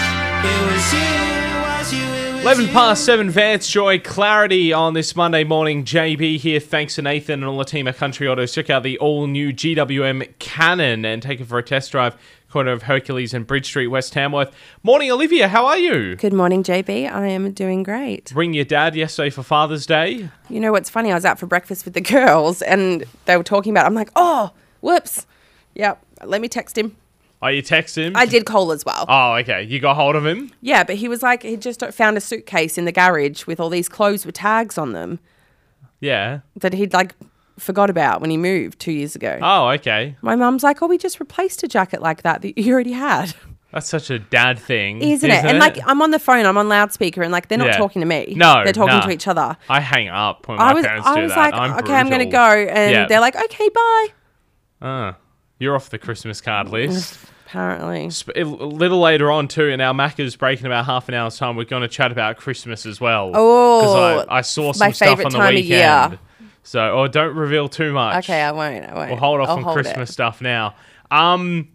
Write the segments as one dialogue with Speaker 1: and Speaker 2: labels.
Speaker 1: was you, it was you, it was
Speaker 2: 11
Speaker 1: you.
Speaker 2: past 7 Vance Joy Clarity on this Monday morning. JB here. Thanks to Nathan and all the team at Country Autos. Check out the all new GWM Cannon and take it for a test drive. Corner of Hercules and Bridge Street, West Tamworth. Morning, Olivia. How are you?
Speaker 3: Good morning, JB. I am doing great.
Speaker 2: Ring your dad yesterday for Father's Day.
Speaker 3: You know what's funny? I was out for breakfast with the girls and they were talking about it. I'm like, oh, whoops. Yep. Let me text him.
Speaker 2: Oh, you text him?
Speaker 3: I did call as well.
Speaker 2: Oh, okay. You got hold of him?
Speaker 3: Yeah, but he was like, he just found a suitcase in the garage with all these clothes with tags on them
Speaker 2: Yeah.
Speaker 3: that he'd like forgot about when he moved two years ago.
Speaker 2: Oh, okay.
Speaker 3: My mum's like, oh, we just replaced a jacket like that that you already had.
Speaker 2: That's such a dad thing.
Speaker 3: Isn't, it? And like, I'm on the phone, I'm on loudspeaker, and like, they're not
Speaker 2: Yeah.
Speaker 3: talking to me.
Speaker 2: No,
Speaker 3: They're talking
Speaker 2: nah.
Speaker 3: to each other.
Speaker 2: I hang up when my
Speaker 3: I was,
Speaker 2: parents do
Speaker 3: I was
Speaker 2: that.
Speaker 3: like,
Speaker 2: I'm
Speaker 3: okay, I'm going to
Speaker 2: brutal.
Speaker 3: go. And
Speaker 2: Yeah.
Speaker 3: they're like, okay, bye.
Speaker 2: Uh, you're off the Christmas card list.
Speaker 3: Apparently.
Speaker 2: Sp- A little later on, too, in our Macca's break in about half an hour's time, we're going to chat about Christmas as well.
Speaker 3: Oh,
Speaker 2: I, I saw
Speaker 3: my
Speaker 2: some stuff
Speaker 3: favourite
Speaker 2: on the
Speaker 3: time of year.
Speaker 2: weekend. So, oh, don't reveal too much.
Speaker 3: Okay, I won't. I won't.
Speaker 2: We'll hold off
Speaker 3: I'll
Speaker 2: on
Speaker 3: hold it.
Speaker 2: Christmas stuff now. Um,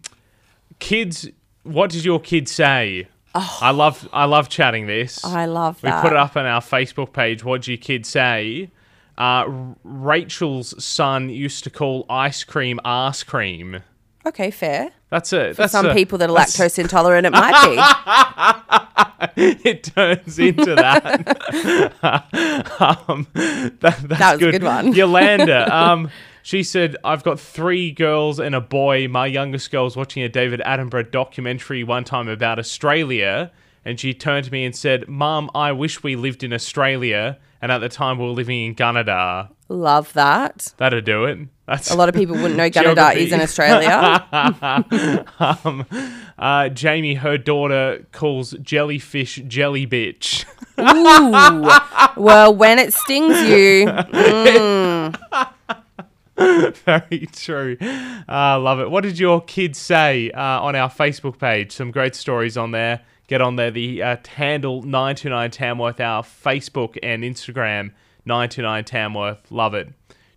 Speaker 2: kids, what did your kids say? I love, I love chatting this.
Speaker 3: Oh. I love
Speaker 2: We
Speaker 3: that.
Speaker 2: put it up on our Facebook page. What do your kids say? Uh, R- Rachel's son used to call ice cream arse cream.
Speaker 3: Okay, fair.
Speaker 2: That's it. For that's
Speaker 3: Some
Speaker 2: a-
Speaker 3: people that are
Speaker 2: that's-
Speaker 3: lactose intolerant, it might be.
Speaker 2: it turns into that. um, that, that's
Speaker 3: That was a good one.
Speaker 2: Yolanda, um, she said, I've got three girls and a boy. My youngest girl's watching a David Attenborough documentary one time about Australia. And she turned to me and said, Mom, I wish we lived in Australia. And at the time, we were living in Gunnedah.
Speaker 3: Love that.
Speaker 2: That'll do it. That's
Speaker 3: A lot of people wouldn't know Gunnedah is in
Speaker 2: Geography.
Speaker 3: Australia.
Speaker 2: um, uh, Jamie, her daughter, calls jellyfish jelly bitch.
Speaker 3: Ooh. Well, when it stings you,
Speaker 2: Very true. Uh, love it. What did your kids say uh, on our Facebook page? Some great stories on there. Get on there. The uh, handle 929 Tamworth, our Facebook and Instagram, 929 Tamworth. Love it.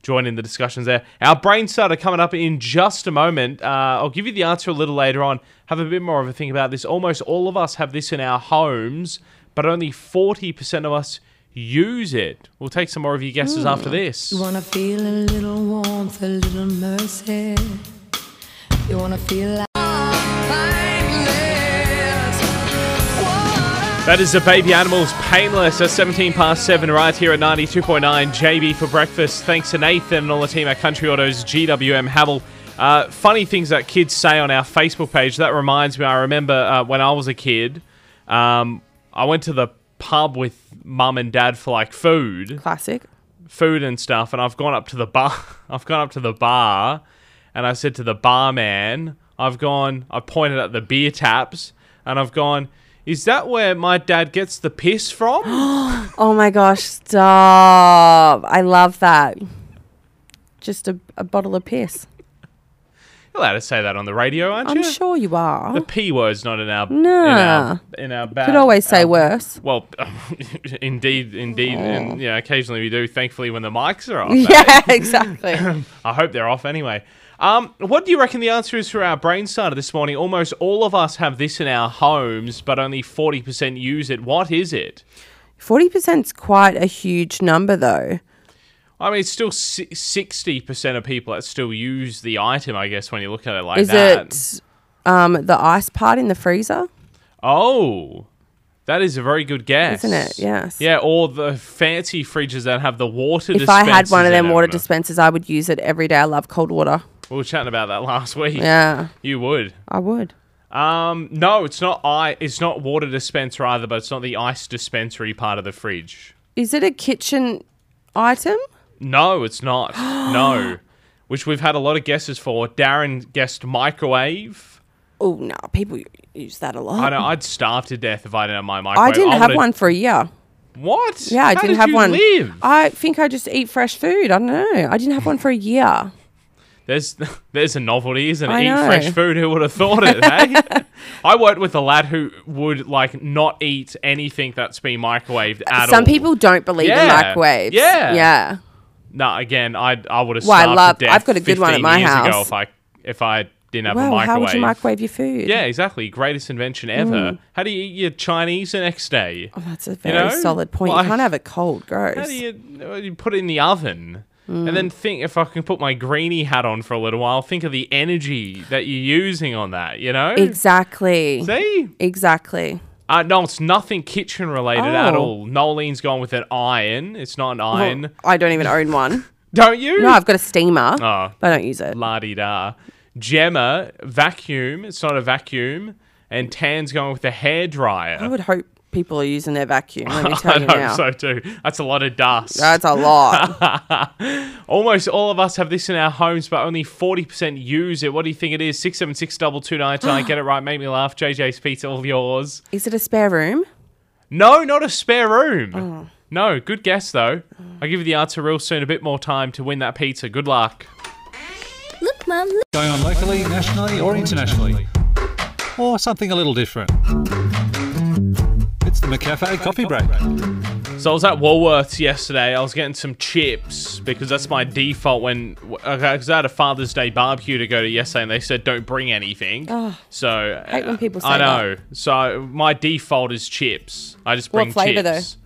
Speaker 2: Join in the discussions there. Our brain starter coming up in just a moment. Uh, I'll give you the answer a little later on. Have a bit more of a think about this. Almost all of us have this in our homes, but only 40% of us use it. We'll take some more of your guesses after this.
Speaker 4: You wanna feel a little warmth, a little mercy. You wanna feel like
Speaker 2: That is the Baby Animals Painless at 17 past 7 right here at 92.9 JB for breakfast. Thanks to Nathan and all the team at Country Autos GWM Havel. Uh, funny things that kids say on our Facebook page. That reminds me, I remember uh, when I was a kid, um, I went to the pub with mum and dad for like food
Speaker 3: classic.
Speaker 2: food and stuff, and I've gone up to the bar. I've gone up to the bar, and I said to the barman, "I've gone." I pointed at the beer taps, and I've gone. Is that where my dad gets the piss from?
Speaker 3: Oh my gosh, stop. I love that. Just a, a bottle of piss.
Speaker 2: You're allowed to say that on the radio, aren't
Speaker 3: I'm
Speaker 2: you?
Speaker 3: sure you
Speaker 2: The
Speaker 3: are.
Speaker 2: p word's not in our in
Speaker 3: Nah.
Speaker 2: our in our bad.
Speaker 3: Could always say
Speaker 2: our-
Speaker 3: worse.
Speaker 2: Well, indeed, indeed, and yeah, occasionally we do. Thankfully, when the mics are off, eh?
Speaker 3: Yeah, exactly.
Speaker 2: I hope they're off anyway. Um, what do you reckon the answer is for our brain starter this morning? Almost all of us have this in our homes, but only 40% use it. What is it?
Speaker 3: 40% is quite a huge number, though.
Speaker 2: I mean, it's still si- 60% of people that still use the item, I guess, when you look at it like
Speaker 3: Is
Speaker 2: that.
Speaker 3: it um, the ice part in the freezer?
Speaker 2: Oh, that is a very good guess.
Speaker 3: Isn't it? Yes.
Speaker 2: Yeah, or the fancy fridges that have the water
Speaker 3: If I had
Speaker 2: dispensers
Speaker 3: one of
Speaker 2: in
Speaker 3: them water
Speaker 2: them.
Speaker 3: dispensers, I would use it every day. I love cold water.
Speaker 2: We were chatting about that last week.
Speaker 3: Yeah,
Speaker 2: You would.
Speaker 3: I would.
Speaker 2: Um, no, it's not. I. It's not water dispenser either, but it's not the ice dispensary part of the fridge.
Speaker 3: Is it a kitchen item?
Speaker 2: No, it's not. no, which we've had a lot of guesses for. Darren guessed microwave.
Speaker 3: Oh no, people use that a
Speaker 2: I
Speaker 3: lot.
Speaker 2: know. I'd starve to death if I didn't have my microwave.
Speaker 3: I didn't have
Speaker 2: would've-
Speaker 3: one for a year.
Speaker 2: What?
Speaker 3: Yeah, I
Speaker 2: How
Speaker 3: didn't
Speaker 2: did
Speaker 3: have
Speaker 2: you
Speaker 3: one.
Speaker 2: Live?
Speaker 3: I think I just eat fresh food. I don't know. I didn't have one for a year.
Speaker 2: There's there's a novelty, isn't it?
Speaker 3: I
Speaker 2: Eat
Speaker 3: know.
Speaker 2: fresh food. Who would have thought it? eh? I worked with a lad who would like not eat anything that's been microwaved at all.
Speaker 3: Some people don't believe in
Speaker 2: Yeah.
Speaker 3: microwaves.
Speaker 2: Yeah.
Speaker 3: yeah.
Speaker 2: No, again, I I would have.
Speaker 3: Well, I
Speaker 2: starved
Speaker 3: love-
Speaker 2: To death
Speaker 3: I've got a good one at
Speaker 2: 15
Speaker 3: my
Speaker 2: years ago
Speaker 3: house.
Speaker 2: if I if I didn't have a
Speaker 3: Wow,
Speaker 2: microwave.
Speaker 3: how would you microwave your food?
Speaker 2: Yeah, exactly. Greatest invention ever. How do you eat your Chinese the next day?
Speaker 3: Oh, that's a very
Speaker 2: know?
Speaker 3: solid point.
Speaker 2: Why-
Speaker 3: you can't have it cold, gross.
Speaker 2: How do you, uh, you put it in the oven?
Speaker 3: Mm.
Speaker 2: And then think if I can put my greenie hat on for a little while, think of the energy that you're using on that, you know?
Speaker 3: exactly.
Speaker 2: See?
Speaker 3: Exactly.
Speaker 2: Uh, no, it's nothing kitchen related at
Speaker 3: Oh.
Speaker 2: all. Nolene's gone with an iron. It's not an iron.
Speaker 3: Well, I don't even own one.
Speaker 2: Don't you?
Speaker 3: No, I've got a steamer,
Speaker 2: Oh.
Speaker 3: but I don't use it.
Speaker 2: La di da. Gemma, vacuum. It's not a vacuum. And Tan's going with a hairdryer.
Speaker 3: I would hope people are using their vacuum. Let me
Speaker 2: I
Speaker 3: tell you
Speaker 2: hope
Speaker 3: now.
Speaker 2: so too. That's a lot of dust.
Speaker 3: That's a lot.
Speaker 2: Almost all of us have this in our homes, but only 40% use it. What do you think it is? 676 Get it right. Make me laugh. JJ's Pizza, all yours.
Speaker 3: Is it a spare room?
Speaker 2: No, not a spare room. No, good guess though. I'll give you the answer real soon. A bit more time to win that pizza. Good luck.
Speaker 5: Look, Mum, look.
Speaker 6: going on locally, nationally, or internationally, or something a little different. It's the McCafe Coffee Break.
Speaker 2: So I was at Woolworths yesterday. I was getting some chips because that's my default when because I had a Father's Day barbecue to go to yesterday, and they said don't bring anything. so uh,
Speaker 3: hate when people say
Speaker 2: I know. So my default is chips. I just
Speaker 3: What
Speaker 2: bring
Speaker 3: flavour, though?
Speaker 2: chips.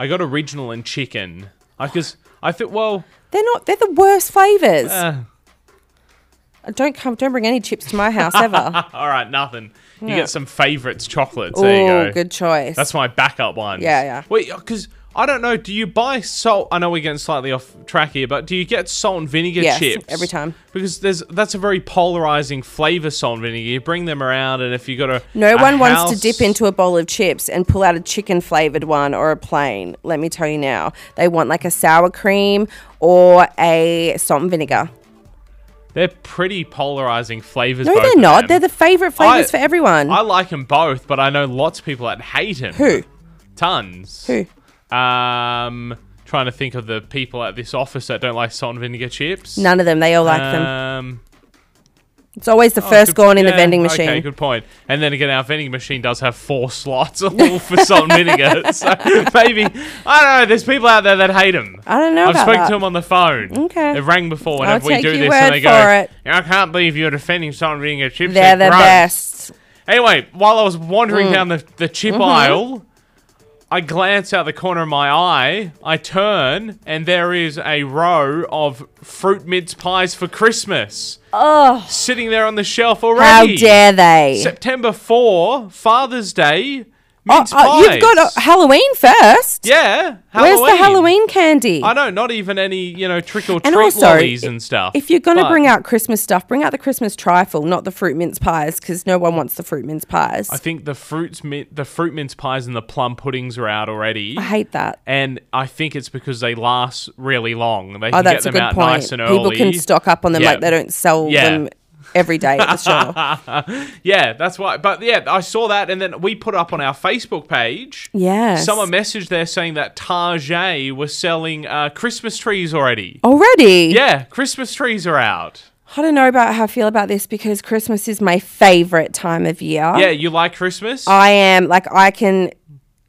Speaker 2: I got original and chicken because I thought well
Speaker 3: They're not. They're the worst flavors.
Speaker 2: Uh.
Speaker 3: Don't come. Don't bring any chips to my house ever.
Speaker 2: all right nothing. You
Speaker 3: Yeah.
Speaker 2: get some favourites chocolates. there you
Speaker 3: oh,
Speaker 2: go.
Speaker 3: good choice.
Speaker 2: That's my backup one.
Speaker 3: Yeah, yeah.
Speaker 2: Wait, because I don't know. Do you buy salt? I know we're getting slightly off track here, but do you get salt and vinegar
Speaker 3: Yes,
Speaker 2: chips
Speaker 3: every time.
Speaker 2: Because there's that's a very polarizing flavor, salt and vinegar. You bring them around, and if you got a
Speaker 3: no
Speaker 2: a
Speaker 3: one wants
Speaker 2: house-
Speaker 3: to dip into a bowl of chips and pull out a chicken flavored one or a plain. Let me tell you now. They want like a sour cream or a salt and vinegar.
Speaker 2: They're pretty polarizing flavors.
Speaker 3: No,
Speaker 2: both
Speaker 3: they're
Speaker 2: of
Speaker 3: not.
Speaker 2: them.
Speaker 3: They're the favorite flavors
Speaker 2: I-
Speaker 3: for everyone.
Speaker 2: I like them both, but I know lots of people that hate them.
Speaker 3: Who?
Speaker 2: Tons.
Speaker 3: Who?
Speaker 2: Um, trying to think of the people at this office that don't like salt and vinegar chips.
Speaker 3: None of them. They all like them.
Speaker 2: Um,
Speaker 3: It's always the first
Speaker 2: oh, Good-
Speaker 3: gone in the
Speaker 2: yeah,
Speaker 3: vending machine.
Speaker 2: Okay, good point. And then again, our vending machine does have four slots all for salt and vinegar. So maybe I don't know. There's people out there that hate them.
Speaker 3: I don't know
Speaker 2: I've
Speaker 3: about
Speaker 2: spoken
Speaker 3: that.
Speaker 2: to them on the phone.
Speaker 3: Okay.
Speaker 2: They've rang before
Speaker 3: I'll
Speaker 2: whenever we
Speaker 3: take
Speaker 2: do
Speaker 3: your
Speaker 2: this, and
Speaker 3: word
Speaker 2: they
Speaker 3: for
Speaker 2: go,
Speaker 3: it.
Speaker 2: "I can't believe you're defending salt and vinegar chips.
Speaker 3: They're the
Speaker 2: gross."
Speaker 3: best.
Speaker 2: Anyway, while I was wandering
Speaker 3: Hmm.
Speaker 2: down the, the chip
Speaker 3: Mm-hmm.
Speaker 2: aisle, I glance out the corner of my eye. I turn, and there is a row of fruit mince pies for Christmas. Oh. Sitting there on the shelf
Speaker 3: How
Speaker 2: already.
Speaker 3: dare they?
Speaker 2: September 4, Father's Day,
Speaker 3: Oh,
Speaker 2: mince
Speaker 3: oh,
Speaker 2: pies.
Speaker 3: you've got uh, Halloween first.
Speaker 2: Yeah.
Speaker 3: Where's the Halloween candy?
Speaker 2: I know, not even any, you know, trick or treat
Speaker 3: And also,
Speaker 2: lollies
Speaker 3: i-
Speaker 2: and stuff.
Speaker 3: If you're going to
Speaker 2: But
Speaker 3: bring out Christmas stuff, bring out the Christmas trifle, not the fruit mince pies, because no one wants the fruit mince pies.
Speaker 2: I
Speaker 3: I,
Speaker 2: think the fruits, min- the fruit mince pies and the plum puddings are out already.
Speaker 3: hate that.
Speaker 2: and I think it's because they last really long. They
Speaker 3: Oh,
Speaker 2: can
Speaker 3: that's
Speaker 2: get them
Speaker 3: a good
Speaker 2: out
Speaker 3: point.
Speaker 2: nice and early.
Speaker 3: People can stock up on them
Speaker 2: Yeah.
Speaker 3: like they don't sell
Speaker 2: Yeah.
Speaker 3: them every day at the store.
Speaker 2: Yeah, that's why. But yeah, I saw that, and then we put up on our Facebook page.
Speaker 3: Yes.
Speaker 2: Someone messaged there saying that Target was selling uh, Christmas trees already.
Speaker 3: Already?
Speaker 2: Yeah, Christmas trees are out.
Speaker 3: I don't know about how I feel about this because Christmas is my favorite time of year.
Speaker 2: Yeah, you like Christmas?
Speaker 3: I am like I can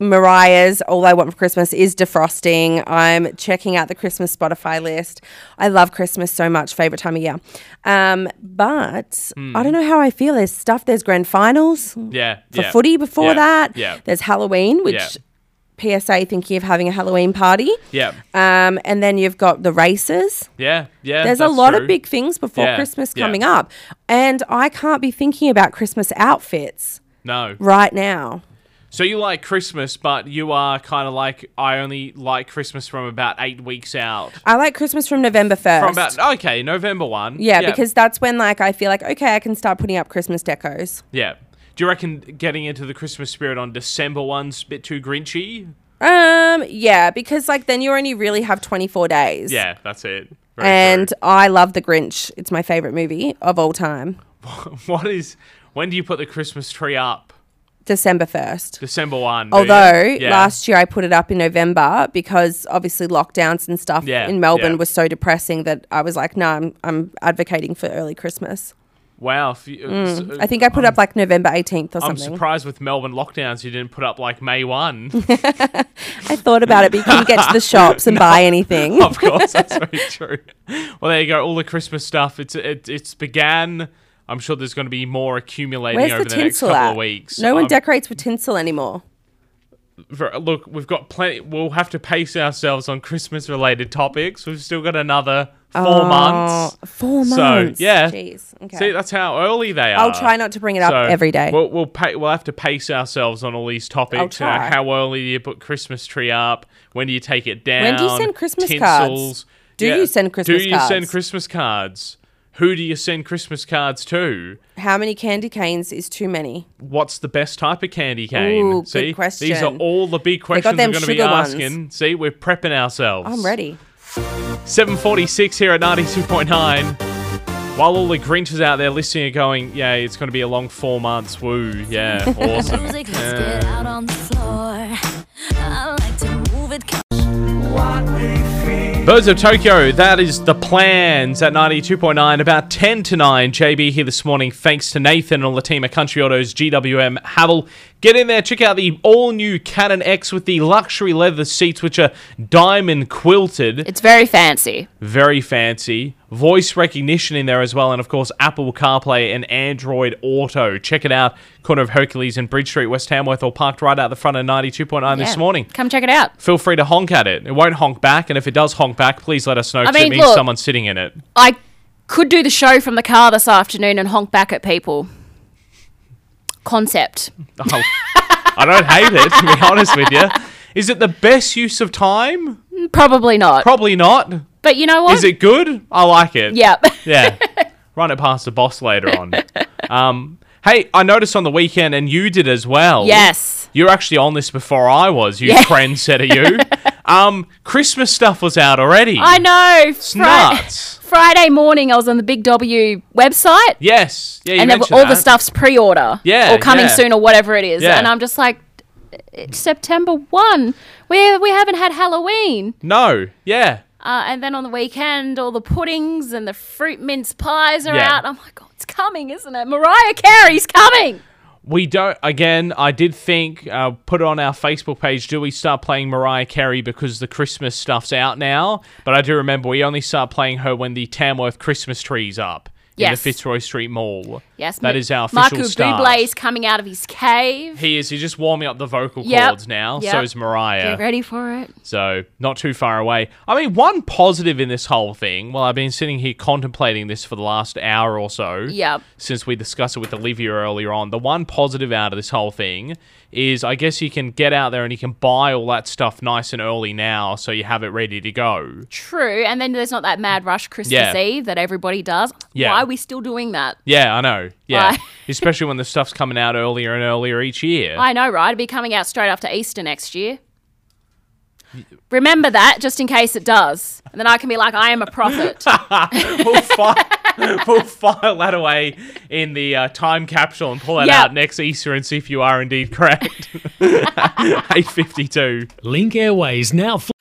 Speaker 3: Mariah's all I want for Christmas is defrosting. I'm checking out the Christmas Spotify list. I love Christmas so much, favorite time of year. Um, but
Speaker 2: Hmm.
Speaker 3: I don't know how I feel. There's stuff. There's grand finals for
Speaker 2: yeah, yeah,
Speaker 3: footy before
Speaker 2: yeah,
Speaker 3: that.
Speaker 2: Yeah,
Speaker 3: There's Halloween, which PSA thinking of having a Halloween party.
Speaker 2: yeah,
Speaker 3: Um, and then you've got the races.
Speaker 2: yeah, yeah.
Speaker 3: There's a
Speaker 2: that's
Speaker 3: lot
Speaker 2: true.
Speaker 3: of big things before
Speaker 2: Yeah,
Speaker 3: Christmas
Speaker 2: yeah.
Speaker 3: coming up, and I can't be thinking about Christmas outfits
Speaker 2: No.
Speaker 3: right now.
Speaker 2: So you like Christmas, but you are kind of like I only like Christmas from about eight weeks out.
Speaker 3: I like Christmas from November 1st.
Speaker 2: From about okay, November one.
Speaker 3: yeah, because that's when like I feel like okay, I can start putting up Christmas decos.
Speaker 2: Yeah. Do you reckon getting into the Christmas spirit on December 1's a bit too grinchy?
Speaker 3: Um, yeah, because like then you only really have 24 days.
Speaker 2: Yeah, that's it. Very
Speaker 3: And
Speaker 2: true.
Speaker 3: I love The Grinch. It's my favorite movie of all time.
Speaker 2: what is when do you put the Christmas tree up?
Speaker 3: December 1st.
Speaker 2: December 1. do you?
Speaker 3: Although
Speaker 2: Yeah.
Speaker 3: last year I put it up in November because obviously lockdowns and stuff
Speaker 2: Yeah,
Speaker 3: in Melbourne
Speaker 2: yeah.
Speaker 3: was so depressing that I was like, no, I'm, I'm advocating for early Christmas.
Speaker 2: Wow. If you,
Speaker 3: Mm, I think I put up like November 18th or
Speaker 2: I'm
Speaker 3: something.
Speaker 2: surprised with Melbourne lockdowns you didn't put up like May 1.
Speaker 3: I thought about it, but you couldn't get to the shops and buy anything.
Speaker 2: of course, that's very true. Well, there you go. All the Christmas stuff. It's it, it's began I'm sure there's going to be more accumulating
Speaker 3: Where's
Speaker 2: over
Speaker 3: the
Speaker 2: the, next
Speaker 3: tinsel
Speaker 2: couple
Speaker 3: at?
Speaker 2: of weeks.
Speaker 3: No one
Speaker 2: Um,
Speaker 3: decorates with tinsel anymore.
Speaker 2: for- look, we've got plenty. We'll have to pace ourselves on Christmas-related topics. We've still got another four
Speaker 3: Oh,
Speaker 2: months.
Speaker 3: Four
Speaker 2: So,
Speaker 3: months.
Speaker 2: yeah.
Speaker 3: Jeez. Okay.
Speaker 2: See, that's how early they are.
Speaker 3: I'll try not to bring it up
Speaker 2: So,
Speaker 3: every day.
Speaker 2: We'll we'll, pay, we'll have to pace ourselves on all these topics. you know,
Speaker 3: try.
Speaker 2: how early do you put Christmas tree up? When do you take it down?
Speaker 3: When do you send Christmas cards? Do you send Christmas
Speaker 2: Do you send
Speaker 3: cards?
Speaker 2: Christmas cards? Who do you send Christmas cards to?
Speaker 3: How many candy canes is too many?
Speaker 2: What's the best type of candy cane?
Speaker 3: Ooh, good
Speaker 2: See, these are
Speaker 3: question.
Speaker 2: all the big questions we're
Speaker 3: them
Speaker 2: going to be
Speaker 3: sugar ones.
Speaker 2: asking. See, we're prepping ourselves.
Speaker 3: I'm ready.
Speaker 2: 746 here at 92.9. While all the Grinches out there listening are going, yeah, it's going to be a long four months. Woo, yeah, awesome.
Speaker 5: Music, let's get out on the floor. I like to move it.
Speaker 2: Birds of Tokyo, that is the plans at 92.9, about 10 to 9. JB here this morning, thanks to Nathan and all the team at Country Autos, GWM, Havel. Get in there, check out the all new Canon X with the luxury leather seats, which are diamond quilted.
Speaker 7: It's very fancy.
Speaker 2: very fancy. Voice recognition in there as well, and of course, Apple CarPlay and Android Auto. Check it out, corner of Hercules and Bridge Street, West Hamworth, or parked right out the front of 92.9
Speaker 7: Yeah.
Speaker 2: this morning.
Speaker 7: Come check it out.
Speaker 2: Feel free to honk at it. It won't honk back, and if it does honk back, please let us know because it
Speaker 7: mean,
Speaker 2: means
Speaker 7: look-
Speaker 2: someone's sitting in it.
Speaker 7: I could do the show from the car this afternoon and honk back at people. Concept.
Speaker 2: Oh, I don't hate it, to be honest with you. Is it the best use of time?
Speaker 7: Probably not.
Speaker 2: Probably not.
Speaker 7: but you know what?
Speaker 2: Is it good? I like it.
Speaker 7: Yeah.
Speaker 2: Yeah. Run it past the boss later on. Um, hey, I noticed on the weekend, and you did as well.
Speaker 7: yes.
Speaker 2: You're actually on this before I was, you trendsetter, you. um, Christmas stuff was out already.
Speaker 7: I know.
Speaker 2: It's
Speaker 7: Fri-
Speaker 2: nuts.
Speaker 7: Friday morning, I was on the Big W website,
Speaker 2: yes. Yeah, you
Speaker 7: and there were-
Speaker 2: mentioned
Speaker 7: all the
Speaker 2: that.
Speaker 7: stuff's pre-order,
Speaker 2: Yeah,
Speaker 7: or coming
Speaker 2: yeah.
Speaker 7: soon, or whatever it is.
Speaker 2: Yeah.
Speaker 7: And I'm just like, it's September one. We we haven't had Halloween.
Speaker 2: No. Yeah.
Speaker 7: Uh, and then on the weekend, all the puddings and the fruit mince pies are
Speaker 2: Yeah.
Speaker 7: out. I'm like, oh, it's coming, isn't it? Mariah Carey's coming.
Speaker 2: We don't. Again, I did think uh, put it on our Facebook page. Do we start playing Mariah Carey because the Christmas stuff's out now? But I do remember we only start playing her when the Tamworth Christmas tree's up in the
Speaker 7: Yes.
Speaker 2: Fitzroy Street Mall.
Speaker 7: Yes,
Speaker 2: that
Speaker 7: Ma-
Speaker 2: is our official
Speaker 7: Marco
Speaker 2: start.
Speaker 7: Bublé is coming out of his cave.
Speaker 2: He is. He's just warming up the vocal
Speaker 7: Yep,
Speaker 2: cords now. So
Speaker 7: yep.
Speaker 2: is Mariah.
Speaker 7: Get ready for it.
Speaker 2: So not too far away. I mean, one positive in this whole thing. Well, I've been sitting here contemplating this for the last hour or so.
Speaker 7: Yep.
Speaker 2: Since we discussed it with Olivia earlier on, the one positive out of this whole thing is, I guess you can get out there and you can buy all that stuff nice and early now, so you have it ready to go.
Speaker 7: True. And then there's not that mad rush Christmas
Speaker 2: Yeah.
Speaker 7: Eve that everybody does.
Speaker 2: Yeah.
Speaker 7: Why are we still doing that?
Speaker 2: Yeah, I know. Yeah.
Speaker 7: Right.
Speaker 2: Especially when the stuff's coming out earlier and earlier each year.
Speaker 7: I know, right? It'll be coming out straight after Easter next year. Remember that, just in case it does. And then I can be like, I am a prophet.
Speaker 2: we'll, file, we'll file that away in the uh, time capsule and pull that
Speaker 7: Yeah.
Speaker 2: out next Easter and see if you are indeed correct. 852.
Speaker 8: Link Airways now. Fl-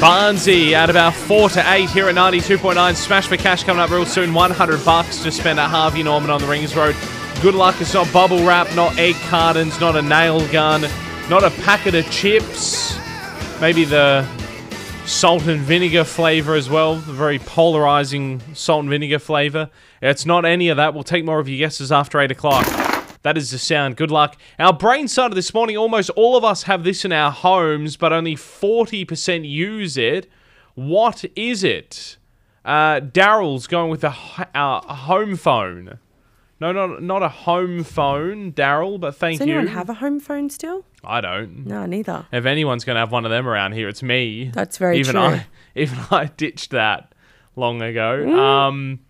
Speaker 2: Barnsey at about 4 to 8 here at 92.9. Smash for cash coming up real soon. 100 bucks to spend at Harvey Norman on the Rings Road. Good luck. It's not bubble wrap, not egg cartons, not a nail gun, not a packet of chips. Maybe the salt and vinegar flavor as well. The very polarizing salt and vinegar flavor. It's not any of that. We'll take more of your guesses after 8 o'clock. That is the sound. Good luck. Our brain started this morning. Almost all of us have this in our homes, but only 40% use it. What is it? Uh, Daryl's going with a, h- uh, a home phone. No, not, not a home phone, Daryl, but thank
Speaker 3: Does
Speaker 2: you.
Speaker 3: anyone have a home phone still?
Speaker 2: I don't.
Speaker 3: No, neither.
Speaker 2: If anyone's going to have one of them around here, it's me.
Speaker 3: That's very
Speaker 2: even
Speaker 3: true.
Speaker 2: I, even I ditched that long ago.
Speaker 3: Mm.
Speaker 2: Um,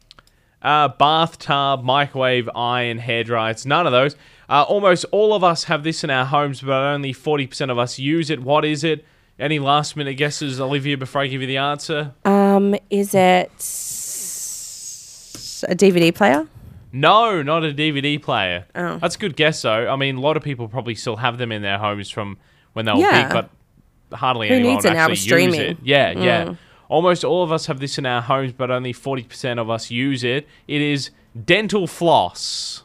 Speaker 2: uh, bath tub, microwave, iron, hairdryer. It's none of those. Uh, almost all of us have this in our homes, but only 40% of us use it. What is it? Any last minute guesses, Olivia, before I give you the answer?
Speaker 3: Um, is it s- a DVD player?
Speaker 2: No, not a DVD player.
Speaker 3: Oh.
Speaker 2: That's a good guess, though. I mean, a lot of people probably still have them in their homes from when they were
Speaker 3: Yeah.
Speaker 2: big, but hardly
Speaker 3: Who
Speaker 2: anyone
Speaker 3: needs
Speaker 2: would
Speaker 3: it now
Speaker 2: actually
Speaker 3: with
Speaker 2: use
Speaker 3: streaming? Mm.
Speaker 2: it. Yeah, yeah. Almost all of us have this in our homes, but only 40% of us use it. It is dental floss.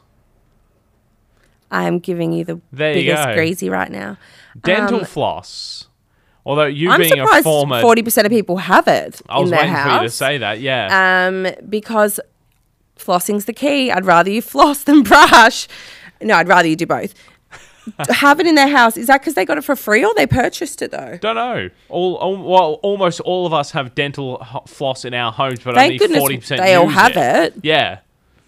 Speaker 3: I'm giving you the
Speaker 2: There you
Speaker 3: biggest
Speaker 2: go.
Speaker 3: greasy right now.
Speaker 2: Dental
Speaker 3: Um,
Speaker 2: floss. Although you
Speaker 3: I'm
Speaker 2: being a
Speaker 3: surprised
Speaker 2: former,
Speaker 3: forty percent of people have it
Speaker 2: I was
Speaker 3: in their
Speaker 2: waiting
Speaker 3: house.
Speaker 2: for you to say that. Yeah,
Speaker 3: um, because flossing's the key. I'd rather you floss than brush. No, I'd rather you do both. have it in their house. Is that because they got it for free or they purchased it though?
Speaker 2: don't know. All, all well, almost all of us have dental ho- floss in our homes, but
Speaker 3: Thank
Speaker 2: only
Speaker 3: goodness
Speaker 2: forty percent.
Speaker 3: they all have it.
Speaker 2: Yeah,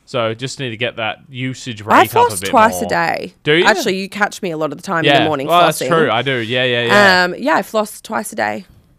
Speaker 2: so just need to get that usage rate
Speaker 3: I
Speaker 2: up a
Speaker 3: floss
Speaker 2: bit
Speaker 3: twice a
Speaker 2: more.
Speaker 3: day.
Speaker 2: Do you?
Speaker 3: Actually, you catch me a lot of the time
Speaker 2: Yeah,
Speaker 3: in the morning
Speaker 2: well,
Speaker 3: flossing.
Speaker 2: that's true. I do. Yeah, yeah, yeah.
Speaker 3: Um, yeah, I floss twice a day. Um,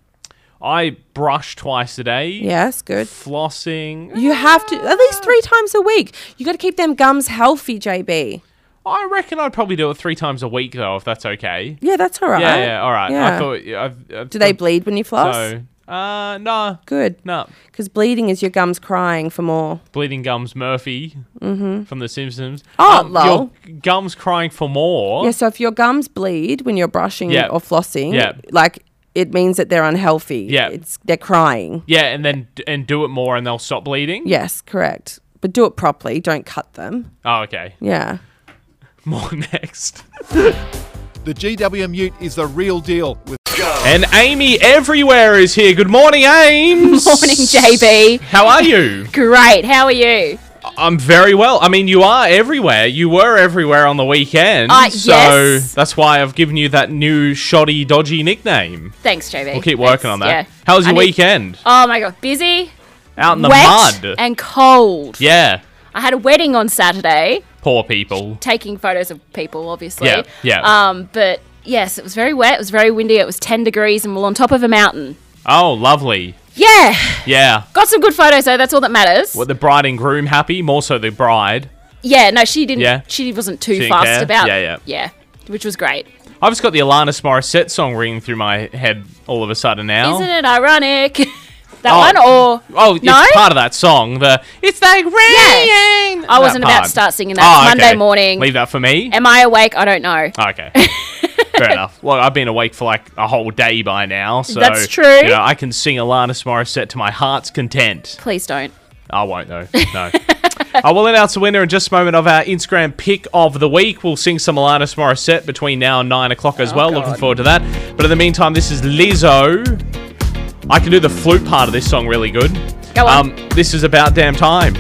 Speaker 2: I brush twice a day.
Speaker 3: Yes, good.
Speaker 2: Flossing.
Speaker 3: You have to at least three times a week. You got to keep them gums healthy, JB.
Speaker 2: I reckon I'd probably do it three times a week though, if that's okay.
Speaker 3: Yeah, that's all right.
Speaker 2: Yeah, yeah, all right.
Speaker 3: Yeah.
Speaker 2: I thought. yeah, I've, I've,
Speaker 3: Do they bleed when you floss?
Speaker 2: So, uh, nah,
Speaker 3: Good.
Speaker 2: nah.
Speaker 3: Because bleeding is your gums crying for more.
Speaker 2: Bleeding gums, Murphy
Speaker 7: Mm-hmm.
Speaker 2: from The Simpsons. Um,
Speaker 3: Oh,
Speaker 2: your
Speaker 3: lol.
Speaker 2: g- gums crying for more.
Speaker 3: Yeah, so if your gums bleed when you're brushing
Speaker 2: Oh. Yeah.
Speaker 3: or flossing,
Speaker 2: Yeah.
Speaker 3: like it means that they're unhealthy.
Speaker 2: Yeah.
Speaker 3: It's they're crying.
Speaker 2: Yeah, and then d- and do it more, and they'll stop bleeding.
Speaker 3: Yes, correct. But do it properly. Don't cut them.
Speaker 2: Oh, okay.
Speaker 3: Yeah.
Speaker 2: More next.
Speaker 8: The GW Mute is the real deal with
Speaker 2: And Amy everywhere is here. Good morning, Ames.
Speaker 7: Morning, JB.
Speaker 2: How are you?
Speaker 7: Great. How are you?
Speaker 2: I'm very well. I mean, you are everywhere. You were everywhere on the weekend.
Speaker 7: Uh,
Speaker 2: so
Speaker 7: yes.
Speaker 2: that's why I've given you that new shoddy, dodgy nickname.
Speaker 7: Thanks, JB.
Speaker 2: We'll keep
Speaker 7: Thanks,
Speaker 2: working on that.
Speaker 7: yeah.
Speaker 2: How was
Speaker 7: I
Speaker 2: your
Speaker 7: need-
Speaker 2: weekend?
Speaker 7: Oh my god, busy,
Speaker 2: Out in the
Speaker 7: wet,
Speaker 2: mud.
Speaker 7: and cold.
Speaker 2: yeah.
Speaker 7: I had a wedding on Saturday,
Speaker 2: Poor people.
Speaker 7: taking photos of people, obviously.
Speaker 2: Yeah, yeah.
Speaker 7: Um, but yes, it was very wet. It was very windy. It was ten degrees, and we we're on top of a mountain.
Speaker 2: Oh, lovely.
Speaker 7: Yeah,
Speaker 2: Yeah.
Speaker 7: got some good photos though. That's all that matters.
Speaker 2: Were the bride and groom happy? More so the bride.
Speaker 7: Yeah, no, she didn't.
Speaker 2: Yeah.
Speaker 7: She wasn't too
Speaker 2: She didn't
Speaker 7: fast
Speaker 2: care?
Speaker 7: about.
Speaker 2: Yeah, yeah.
Speaker 7: yeah, which was great.
Speaker 2: I've just got the Alanis Morissette song ringing through my head all of a sudden now.
Speaker 7: Isn't it ironic? that
Speaker 2: Oh.
Speaker 7: one or
Speaker 2: Oh,
Speaker 7: no?
Speaker 2: it's part of that song. The it's like rain. Oh,
Speaker 7: I wasn't about to start singing that. It's Monday morning.
Speaker 2: Leave that for me. Oh,
Speaker 7: Am I awake? I don't know.
Speaker 2: Okay. Fair enough. Well, I've been awake for like a whole day by now, so
Speaker 7: That's true.
Speaker 2: You know, I can sing Alanis Morissette to my heart's content.
Speaker 7: Please don't.
Speaker 2: I won't though. No. I will announce the winner in just a moment of our Instagram pick of the week. We'll sing some Alanis Morissette between now and nine o'clock
Speaker 7: Oh,
Speaker 2: as well. Looking forward to that. But in the meantime, this is Lizzo. I can do the flute part of this song really good.
Speaker 7: Go on.
Speaker 2: Um, this is about damn time.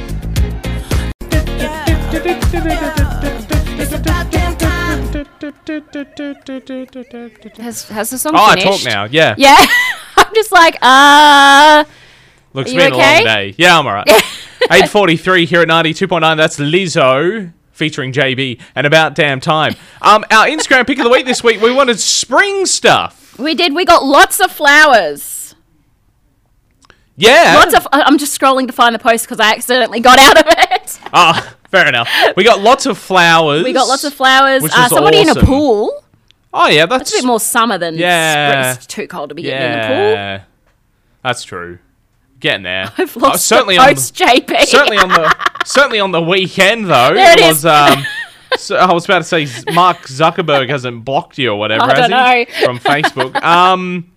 Speaker 7: Has has the song
Speaker 2: Oh, I talk
Speaker 7: finished?
Speaker 2: now. Yeah.
Speaker 7: Yeah. I'm just like, uh
Speaker 2: Looks
Speaker 7: you
Speaker 2: been a long
Speaker 7: okay?
Speaker 2: day. Yeah, I'm all right. 8.43 here at 92.9. That's Lizzo featuring JB and About Damn Time. Um, our Instagram pick of the week this week, we wanted spring stuff.
Speaker 7: we did. We got lots of flowers.
Speaker 2: Yeah.
Speaker 7: Lots of. I- I'm just scrolling to find the post because I accidentally got out of it.
Speaker 2: Ah, fair enough. We got lots of flowers.
Speaker 7: We got lots of flowers.
Speaker 2: Which
Speaker 7: Uh,
Speaker 2: is
Speaker 7: somebody in
Speaker 2: awesome.
Speaker 7: a pool.
Speaker 2: Oh, yeah, that's,
Speaker 7: It's a bit more summer than
Speaker 2: Yeah.
Speaker 7: spring. It's too cold to be getting in the pool.
Speaker 2: Yeah. That's true. Getting there.
Speaker 7: I've lost
Speaker 2: Oh, certainly
Speaker 7: the
Speaker 2: on
Speaker 7: post, JP.
Speaker 2: certainly on the certainly on the weekend though
Speaker 7: There it
Speaker 2: was
Speaker 7: is.
Speaker 2: um so I was about to say Z- Mark Zuckerberg hasn't blocked you or whatever
Speaker 7: I
Speaker 2: has
Speaker 7: don't
Speaker 2: he? from Facebook um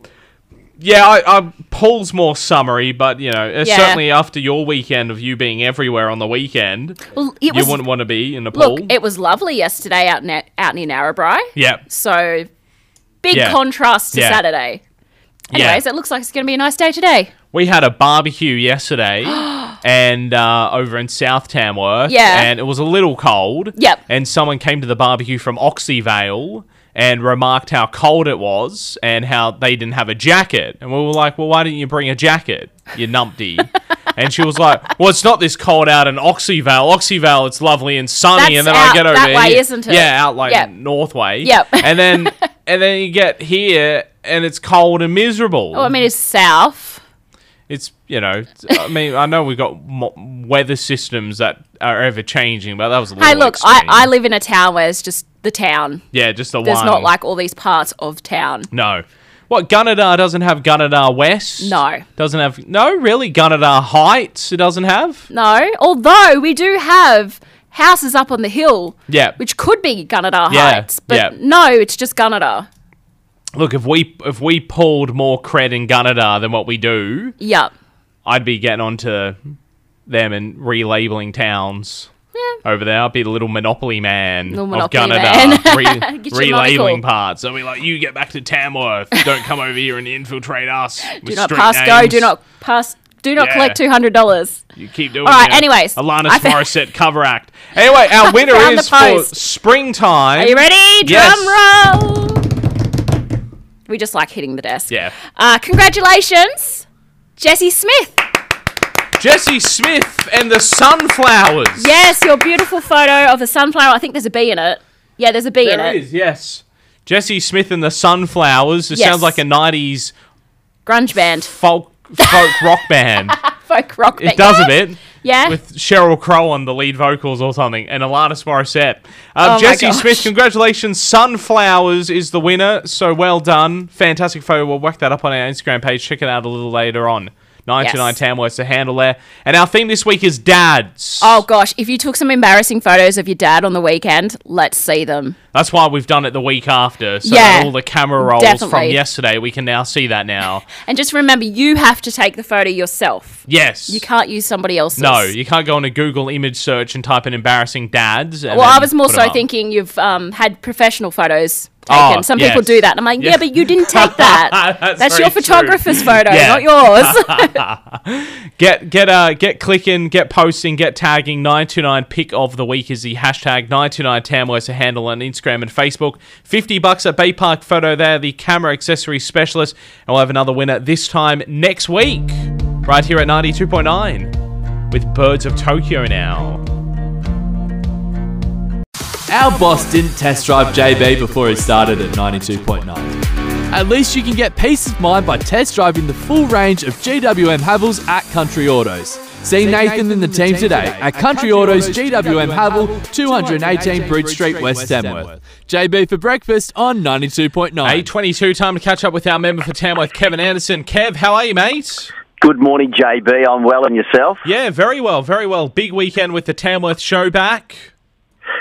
Speaker 2: yeah I, I Paul's more summary but you know uh
Speaker 7: Yeah.
Speaker 2: certainly after your weekend of you being everywhere on the weekend
Speaker 7: Well, it
Speaker 2: you
Speaker 7: was,
Speaker 2: wouldn't want to be in a pool
Speaker 7: look, it was lovely yesterday out na- out near Narrabri.
Speaker 2: yeah
Speaker 7: So big
Speaker 2: Yeah.
Speaker 7: contrast to
Speaker 2: Yeah.
Speaker 7: Saturday.
Speaker 2: Yeah.
Speaker 7: Anyways, it looks like it's going to be a nice day today.
Speaker 2: we had a barbecue yesterday and uh, over in South Tamworth.
Speaker 7: Yeah.
Speaker 2: And it was a little cold.
Speaker 7: Yep.
Speaker 2: And someone came to the barbecue from Oxyvale and remarked how cold it was and how they didn't have a jacket. And we were like, well, why didn't you bring a jacket, you numpty? and she was like, well, it's not this cold out in Oxyvale. Oxyvale, it's lovely and sunny. and
Speaker 7: That's
Speaker 2: then I
Speaker 7: out
Speaker 2: get over
Speaker 7: that way,
Speaker 2: here-
Speaker 7: isn't it?
Speaker 2: Yeah, out like
Speaker 7: Yep.
Speaker 2: North Way.
Speaker 7: Yep.
Speaker 2: and then and then you get here and it's cold and miserable.
Speaker 7: Well, Oh, I mean, it's south.
Speaker 2: It's you know, it's- I mean, I know we've got mo- weather systems that are ever changing, but that was a little.
Speaker 7: Hey, look, I,
Speaker 2: extreme.
Speaker 7: I live in a town where it's just the town.
Speaker 2: yeah, just the
Speaker 7: There's
Speaker 2: one.
Speaker 7: not like all these parts of town.
Speaker 2: no. What Gunnedah doesn't have Gunnedah West?
Speaker 7: No.
Speaker 2: doesn't have no really Gunnedah Heights. It doesn't have.
Speaker 7: No, although we do have houses up on the hill,
Speaker 2: Yeah.
Speaker 7: which could be Gunnedah
Speaker 2: Yeah,
Speaker 7: Heights, but
Speaker 2: yeah.
Speaker 7: no, it's just Gunnedah.
Speaker 2: Look, if we if we pulled more cred in Gunnedah than what we do,
Speaker 7: Yeah.
Speaker 2: I'd be getting onto them and relabeling towns. over there. I'll be the little Monopoly man
Speaker 7: Little
Speaker 2: of
Speaker 7: Monopoly
Speaker 2: Gunnedah,
Speaker 7: man. Get
Speaker 2: re-
Speaker 7: your monocle.
Speaker 2: relabeling parts. I'll be like, you get back to Tamworth. Don't come over here and infiltrate us.
Speaker 7: Do not pass go. Do not pass. Do not
Speaker 2: Yeah.
Speaker 7: collect two hundred dollars.
Speaker 2: You keep doing.
Speaker 7: All right,
Speaker 2: your
Speaker 7: anyways.
Speaker 2: Alanis
Speaker 7: I fa-
Speaker 2: Morissette cover act. Anyway, our winner
Speaker 7: found
Speaker 2: is for
Speaker 7: the post.
Speaker 2: springtime.
Speaker 7: Are you ready?
Speaker 2: Yes.
Speaker 7: Drum roll. We just like hitting the desk.
Speaker 2: Yeah.
Speaker 7: Uh, congratulations, Jesse Smith.
Speaker 2: Jesse Smith and the Sunflowers.
Speaker 7: Yes, your beautiful photo of the sunflower. I think there's a bee in it. Yeah, there's a bee in
Speaker 2: There
Speaker 7: it.
Speaker 2: is, yes. Jesse Smith and the Sunflowers. It
Speaker 7: Yes.
Speaker 2: sounds like a 90s
Speaker 7: Grunge band,
Speaker 2: folk, folk rock band.
Speaker 7: folk rock.
Speaker 2: It
Speaker 7: band.
Speaker 2: does a bit.
Speaker 7: Yeah.
Speaker 2: With Cheryl Crow on the lead vocals or something, and Alanis Morissette. Um,
Speaker 7: Oh my
Speaker 2: Jesse
Speaker 7: gosh.
Speaker 2: Smith, congratulations. Sunflowers is the winner, so well done. Fantastic photo. We'll whack that up on our Instagram page. Check it out a little later on. 99
Speaker 7: Yes.
Speaker 2: Tamworth's the handle there. And our theme this week is dads.
Speaker 7: Oh gosh, if you took some embarrassing photos of your dad on the weekend, let's see them.
Speaker 2: That's why we've done it the week after. So
Speaker 7: Yeah,
Speaker 2: that all the camera rolls from
Speaker 7: definitely.
Speaker 2: yesterday, we can now see that now.
Speaker 7: And just remember, you have to take the photo yourself.
Speaker 2: Yes.
Speaker 7: You can't use somebody else's.
Speaker 2: No, you can't go on a Google image search and type in embarrassing dads. and
Speaker 7: Well, I
Speaker 2: then
Speaker 7: was more
Speaker 2: put 'em
Speaker 7: so
Speaker 2: up.
Speaker 7: thinking you've um, had professional photos
Speaker 2: Oh,
Speaker 7: taken. Some people
Speaker 2: yes.
Speaker 7: do that. And I'm like,
Speaker 2: Yeah.
Speaker 7: yeah, but you didn't take that.
Speaker 2: That's
Speaker 7: That's, your
Speaker 2: very true.
Speaker 7: photographer's photo,
Speaker 2: Yeah.
Speaker 7: not yours.
Speaker 2: Get get uh get clicking, get posting, get tagging. Nine two nine pick of the week is the hashtag nine two nine Tamworth to handle on Instagram and Facebook. Fifty bucks at Bay Park Photo. There, the camera accessory specialist, and we'll have another winner this time next week, right here at ninety two point nine, with Birds of Tokyo now.
Speaker 9: Our boss didn't test drive JB before he started at 92.9. At least you can get peace of mind by test driving the full range of GWM Havils at Country Autos. See Nathan and the team today at Country Autos GWM Havel, 218 Bridge Street, West Tamworth. JB for breakfast on 92.9.
Speaker 2: Eight twenty two. Time to catch up with our member for Tamworth, Kevin Anderson. Kev, how are you, mate?
Speaker 10: Good morning, JB. I'm well, and yourself?
Speaker 2: Yeah, very well, very well. Big weekend with the Tamworth show back.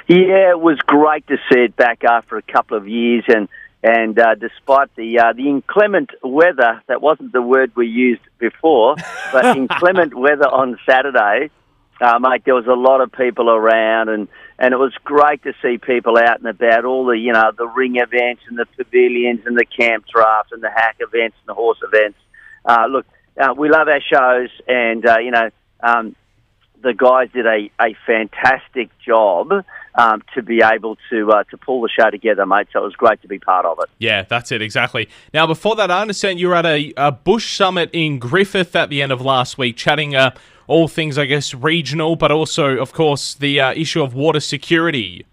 Speaker 10: Yeah, it was great to see it back after a couple of years, and and uh, despite the uh, the inclement weather, that wasn't the word we used before, but inclement weather on Saturday, uh, mate, there was a lot of people around, and and it was great to see people out and about. All the you know the ring events and the pavilions and the camp drafts and the hack events and the horse events. Uh, look, uh, we love our shows, and uh, you know. Um, the guys did a, a fantastic job um, to be able to uh, to pull the show together, mate. So it was great to be part of it.
Speaker 2: Yeah, that's it, exactly. Now, before that, I understand you were at a, a bush summit in Griffith at the end of last week, chatting uh, all things, I guess, regional, but also, of course, the uh, issue of water security.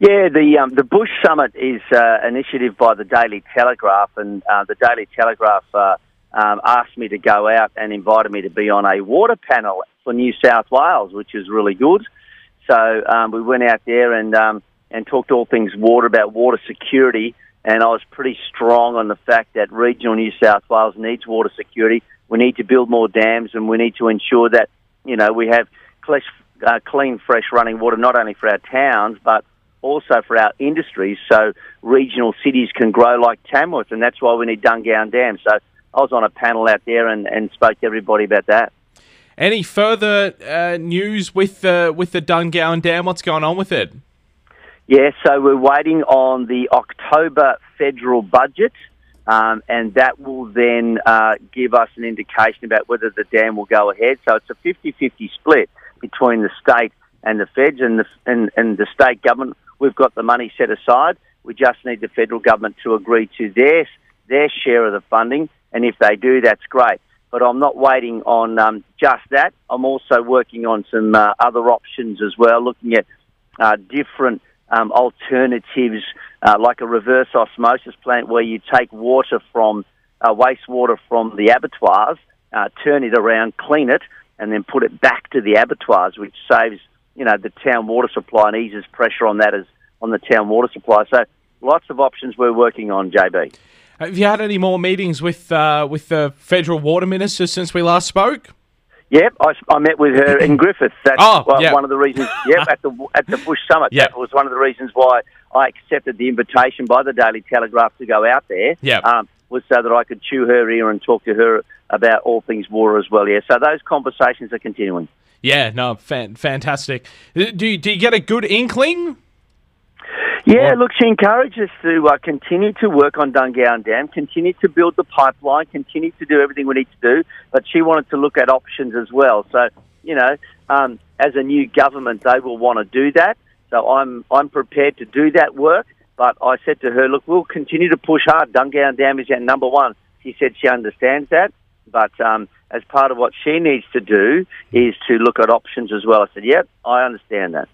Speaker 10: Yeah, the um, the Bush Summit is uh, initiative by the Daily Telegraph, and uh, the Daily Telegraph uh, um, asked me to go out and invited me to be on a water panel for New South Wales, which is really good. So um, we went out there and um, and talked all things water about water security, and I was pretty strong on the fact that regional New South Wales needs water security. We need to build more dams, and we need to ensure that you know we have clesh, uh, clean, fresh running water not only for our towns but also for our industries, so regional cities can grow like Tamworth, and that's why we need Dungown Dam. So I was on a panel out there and, and spoke to everybody about that.
Speaker 2: Any further uh, news with the with the Dungown Dam? What's going on with it?
Speaker 10: Yeah, so we're waiting on the October federal budget, um, and that will then uh, give us an indication about whether the dam will go ahead. So it's a 50 50 split between the state and the feds, and the, and, and the state government. We've got the money set aside. We just need the federal government to agree to their, their share of the funding, and if they do, that's great. But I'm not waiting on um, just that. I'm also working on some uh, other options as well, looking at uh, different um, alternatives, uh, like a reverse osmosis plant where you take water from uh, wastewater from the abattoirs, uh, turn it around, clean it, and then put it back to the abattoirs, which saves you know the town water supply and eases pressure on that as on the town water supply. So lots of options we're working on, JB.
Speaker 2: Have you had any more meetings with uh, with the federal water minister since we last spoke?
Speaker 10: Yep, I, I met with her in Griffith. That's
Speaker 2: Oh,
Speaker 10: one-
Speaker 2: yeah.
Speaker 10: one of the reasons. Yep, at the at the Bush Summit.
Speaker 2: Yeah.
Speaker 10: That was one of the reasons why I accepted the invitation by the Daily Telegraph to go out there.
Speaker 2: Yeah.
Speaker 10: um, was so that I could chew her ear and talk to her about all things water as well. Yeah, so those conversations are continuing.
Speaker 2: Yeah, no, fan- fantastic. Do you, do you get a good inkling?
Speaker 10: Yeah, look, she encouraged us to uh, continue to work on Dungown Dam, continue to build the pipeline, continue to do everything we need to do, but she wanted to look at options as well. So, you know, um, as a new government, they will want to do that. So I'm, I'm prepared to do that work, but I said to her, look, we'll continue to push hard. Dungown Dam is our number one. She said she understands that, but um, as part of what she needs to do is to look at options as well. I said, yep, I understand that.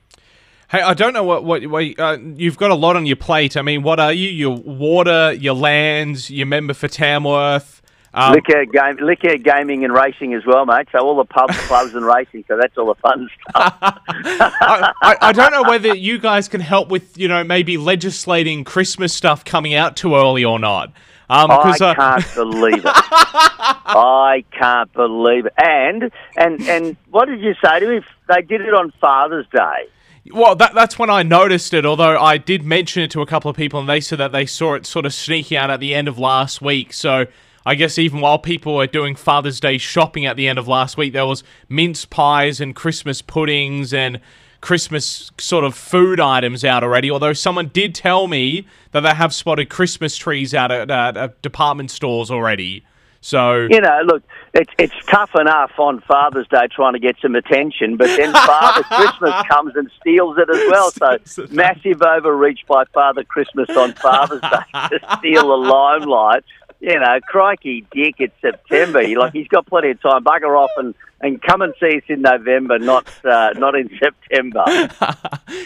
Speaker 2: Hey, I don't know what what, what uh, you've got a lot on your plate. I mean, what are you? Your water, your lands, your member for Tamworth. Um,
Speaker 10: liquor, game, liquor, gaming, and racing as well, mate. So all the pubs, clubs, and racing. So that's all the fun stuff.
Speaker 2: I, I, I don't know whether you guys can help with you know maybe legislating Christmas stuff coming out too early or not. Um,
Speaker 10: Oh, I
Speaker 2: 'cause, uh,
Speaker 10: can't believe it. I can't believe it. And and and what did you say to me? They did it on Father's Day.
Speaker 2: Well, that, that's when I noticed it, although I did mention it to a couple of people and they said that they saw it sort of sneaking out at the end of last week. So I guess even while people were doing Father's Day shopping at the end of last week, there was mince pies and Christmas puddings and Christmas sort of food items out already. Although someone did tell me that they have spotted Christmas trees out at, at, at department stores already. So
Speaker 10: You know, look, it's it's tough enough on Father's Day trying to get some attention, but then Father Christmas comes and steals it as well. So massive overreach by Father Christmas on Father's Day to steal the limelight. You know, crikey, dick! It's September. He- Like he's got plenty of time. Bugger off and, and come and see us in November, not uh, not in September.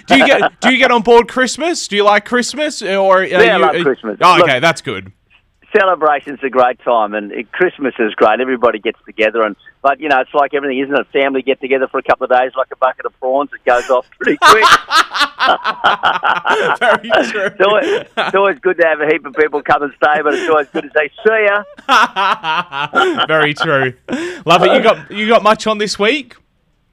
Speaker 2: do you get do you get on board Christmas? Do you like Christmas or are
Speaker 10: Yeah, I
Speaker 2: you-
Speaker 10: like
Speaker 2: are-
Speaker 10: Christmas.
Speaker 2: Oh,
Speaker 10: Look-
Speaker 2: okay, that's good.
Speaker 10: celebration's a great time, and it- Christmas is great. Everybody gets together, and but you know, it's like everything, isn't it? Family get together for a couple of days, like a bucket of prawns. It goes off pretty quick.
Speaker 2: Very true.
Speaker 10: It's always, it's always good to have a heap of people come and stay, but it's always good to say, "See ya."
Speaker 2: Very true. Love it. You got you got much on this week?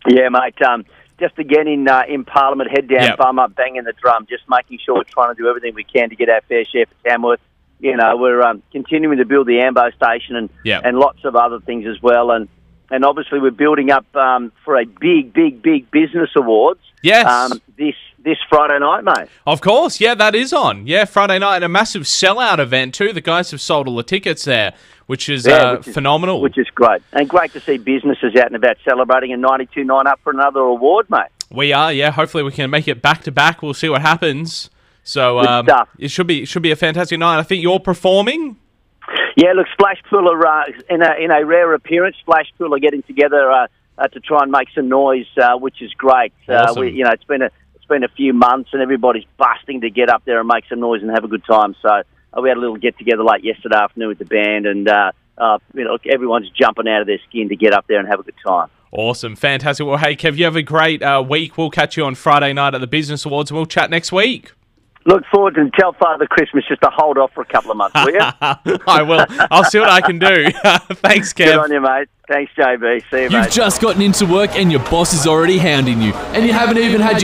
Speaker 10: Yeah, mate. Um, just again in uh, in Parliament, head down,
Speaker 2: Yep.
Speaker 10: bum up, banging the drum, just making sure we're trying to do everything we can to get our fair share for Tamworth. You know, we're um, continuing to build the Ambo station and
Speaker 2: Yep.
Speaker 10: and lots of other things as well, and and obviously we're building up um, for a big, big, big business awards.
Speaker 2: Yes.
Speaker 10: Um, this this Friday night, mate.
Speaker 2: Of course. Yeah, that is on. Yeah, Friday night and a massive sellout event too. The guys have sold all the tickets there, which is,
Speaker 10: Yeah,
Speaker 2: uh,
Speaker 10: which is-
Speaker 2: phenomenal.
Speaker 10: Which is great, and great to see businesses out and about celebrating. And ninety two nine up for another award, mate.
Speaker 2: we are. Yeah, hopefully we can make it back to back. We'll see what happens. So
Speaker 10: Good
Speaker 2: um,
Speaker 10: stuff.
Speaker 2: it should be it should be a fantastic night. I think you're performing.
Speaker 10: Yeah, look, Splash Pool are uh, in, a, in a rare appearance. Splash Pool are getting together uh, uh, to try and make some noise, uh, which is great.
Speaker 2: Awesome.
Speaker 10: Uh, we, you know, it's been a it's been a few months, and everybody's busting to get up there and make some noise and have a good time. So uh, we had a little get together late yesterday afternoon with the band, and uh, uh, you know, look, everyone's jumping out of their skin to get up there and have a good time.
Speaker 2: Awesome, fantastic. Well, hey Kev, you have a great uh, week. We'll catch you on Friday night at the Business Awards, and we'll chat next week.
Speaker 10: Look forward and tell Father Christmas just to hold off for a couple of months, will you?
Speaker 2: I will. I'll see what I can do. Thanks, Kev.
Speaker 10: Good on you, mate. Thanks, JB. See you, mate.
Speaker 9: You've just gotten into work and your boss is already hounding you, and you haven't even had your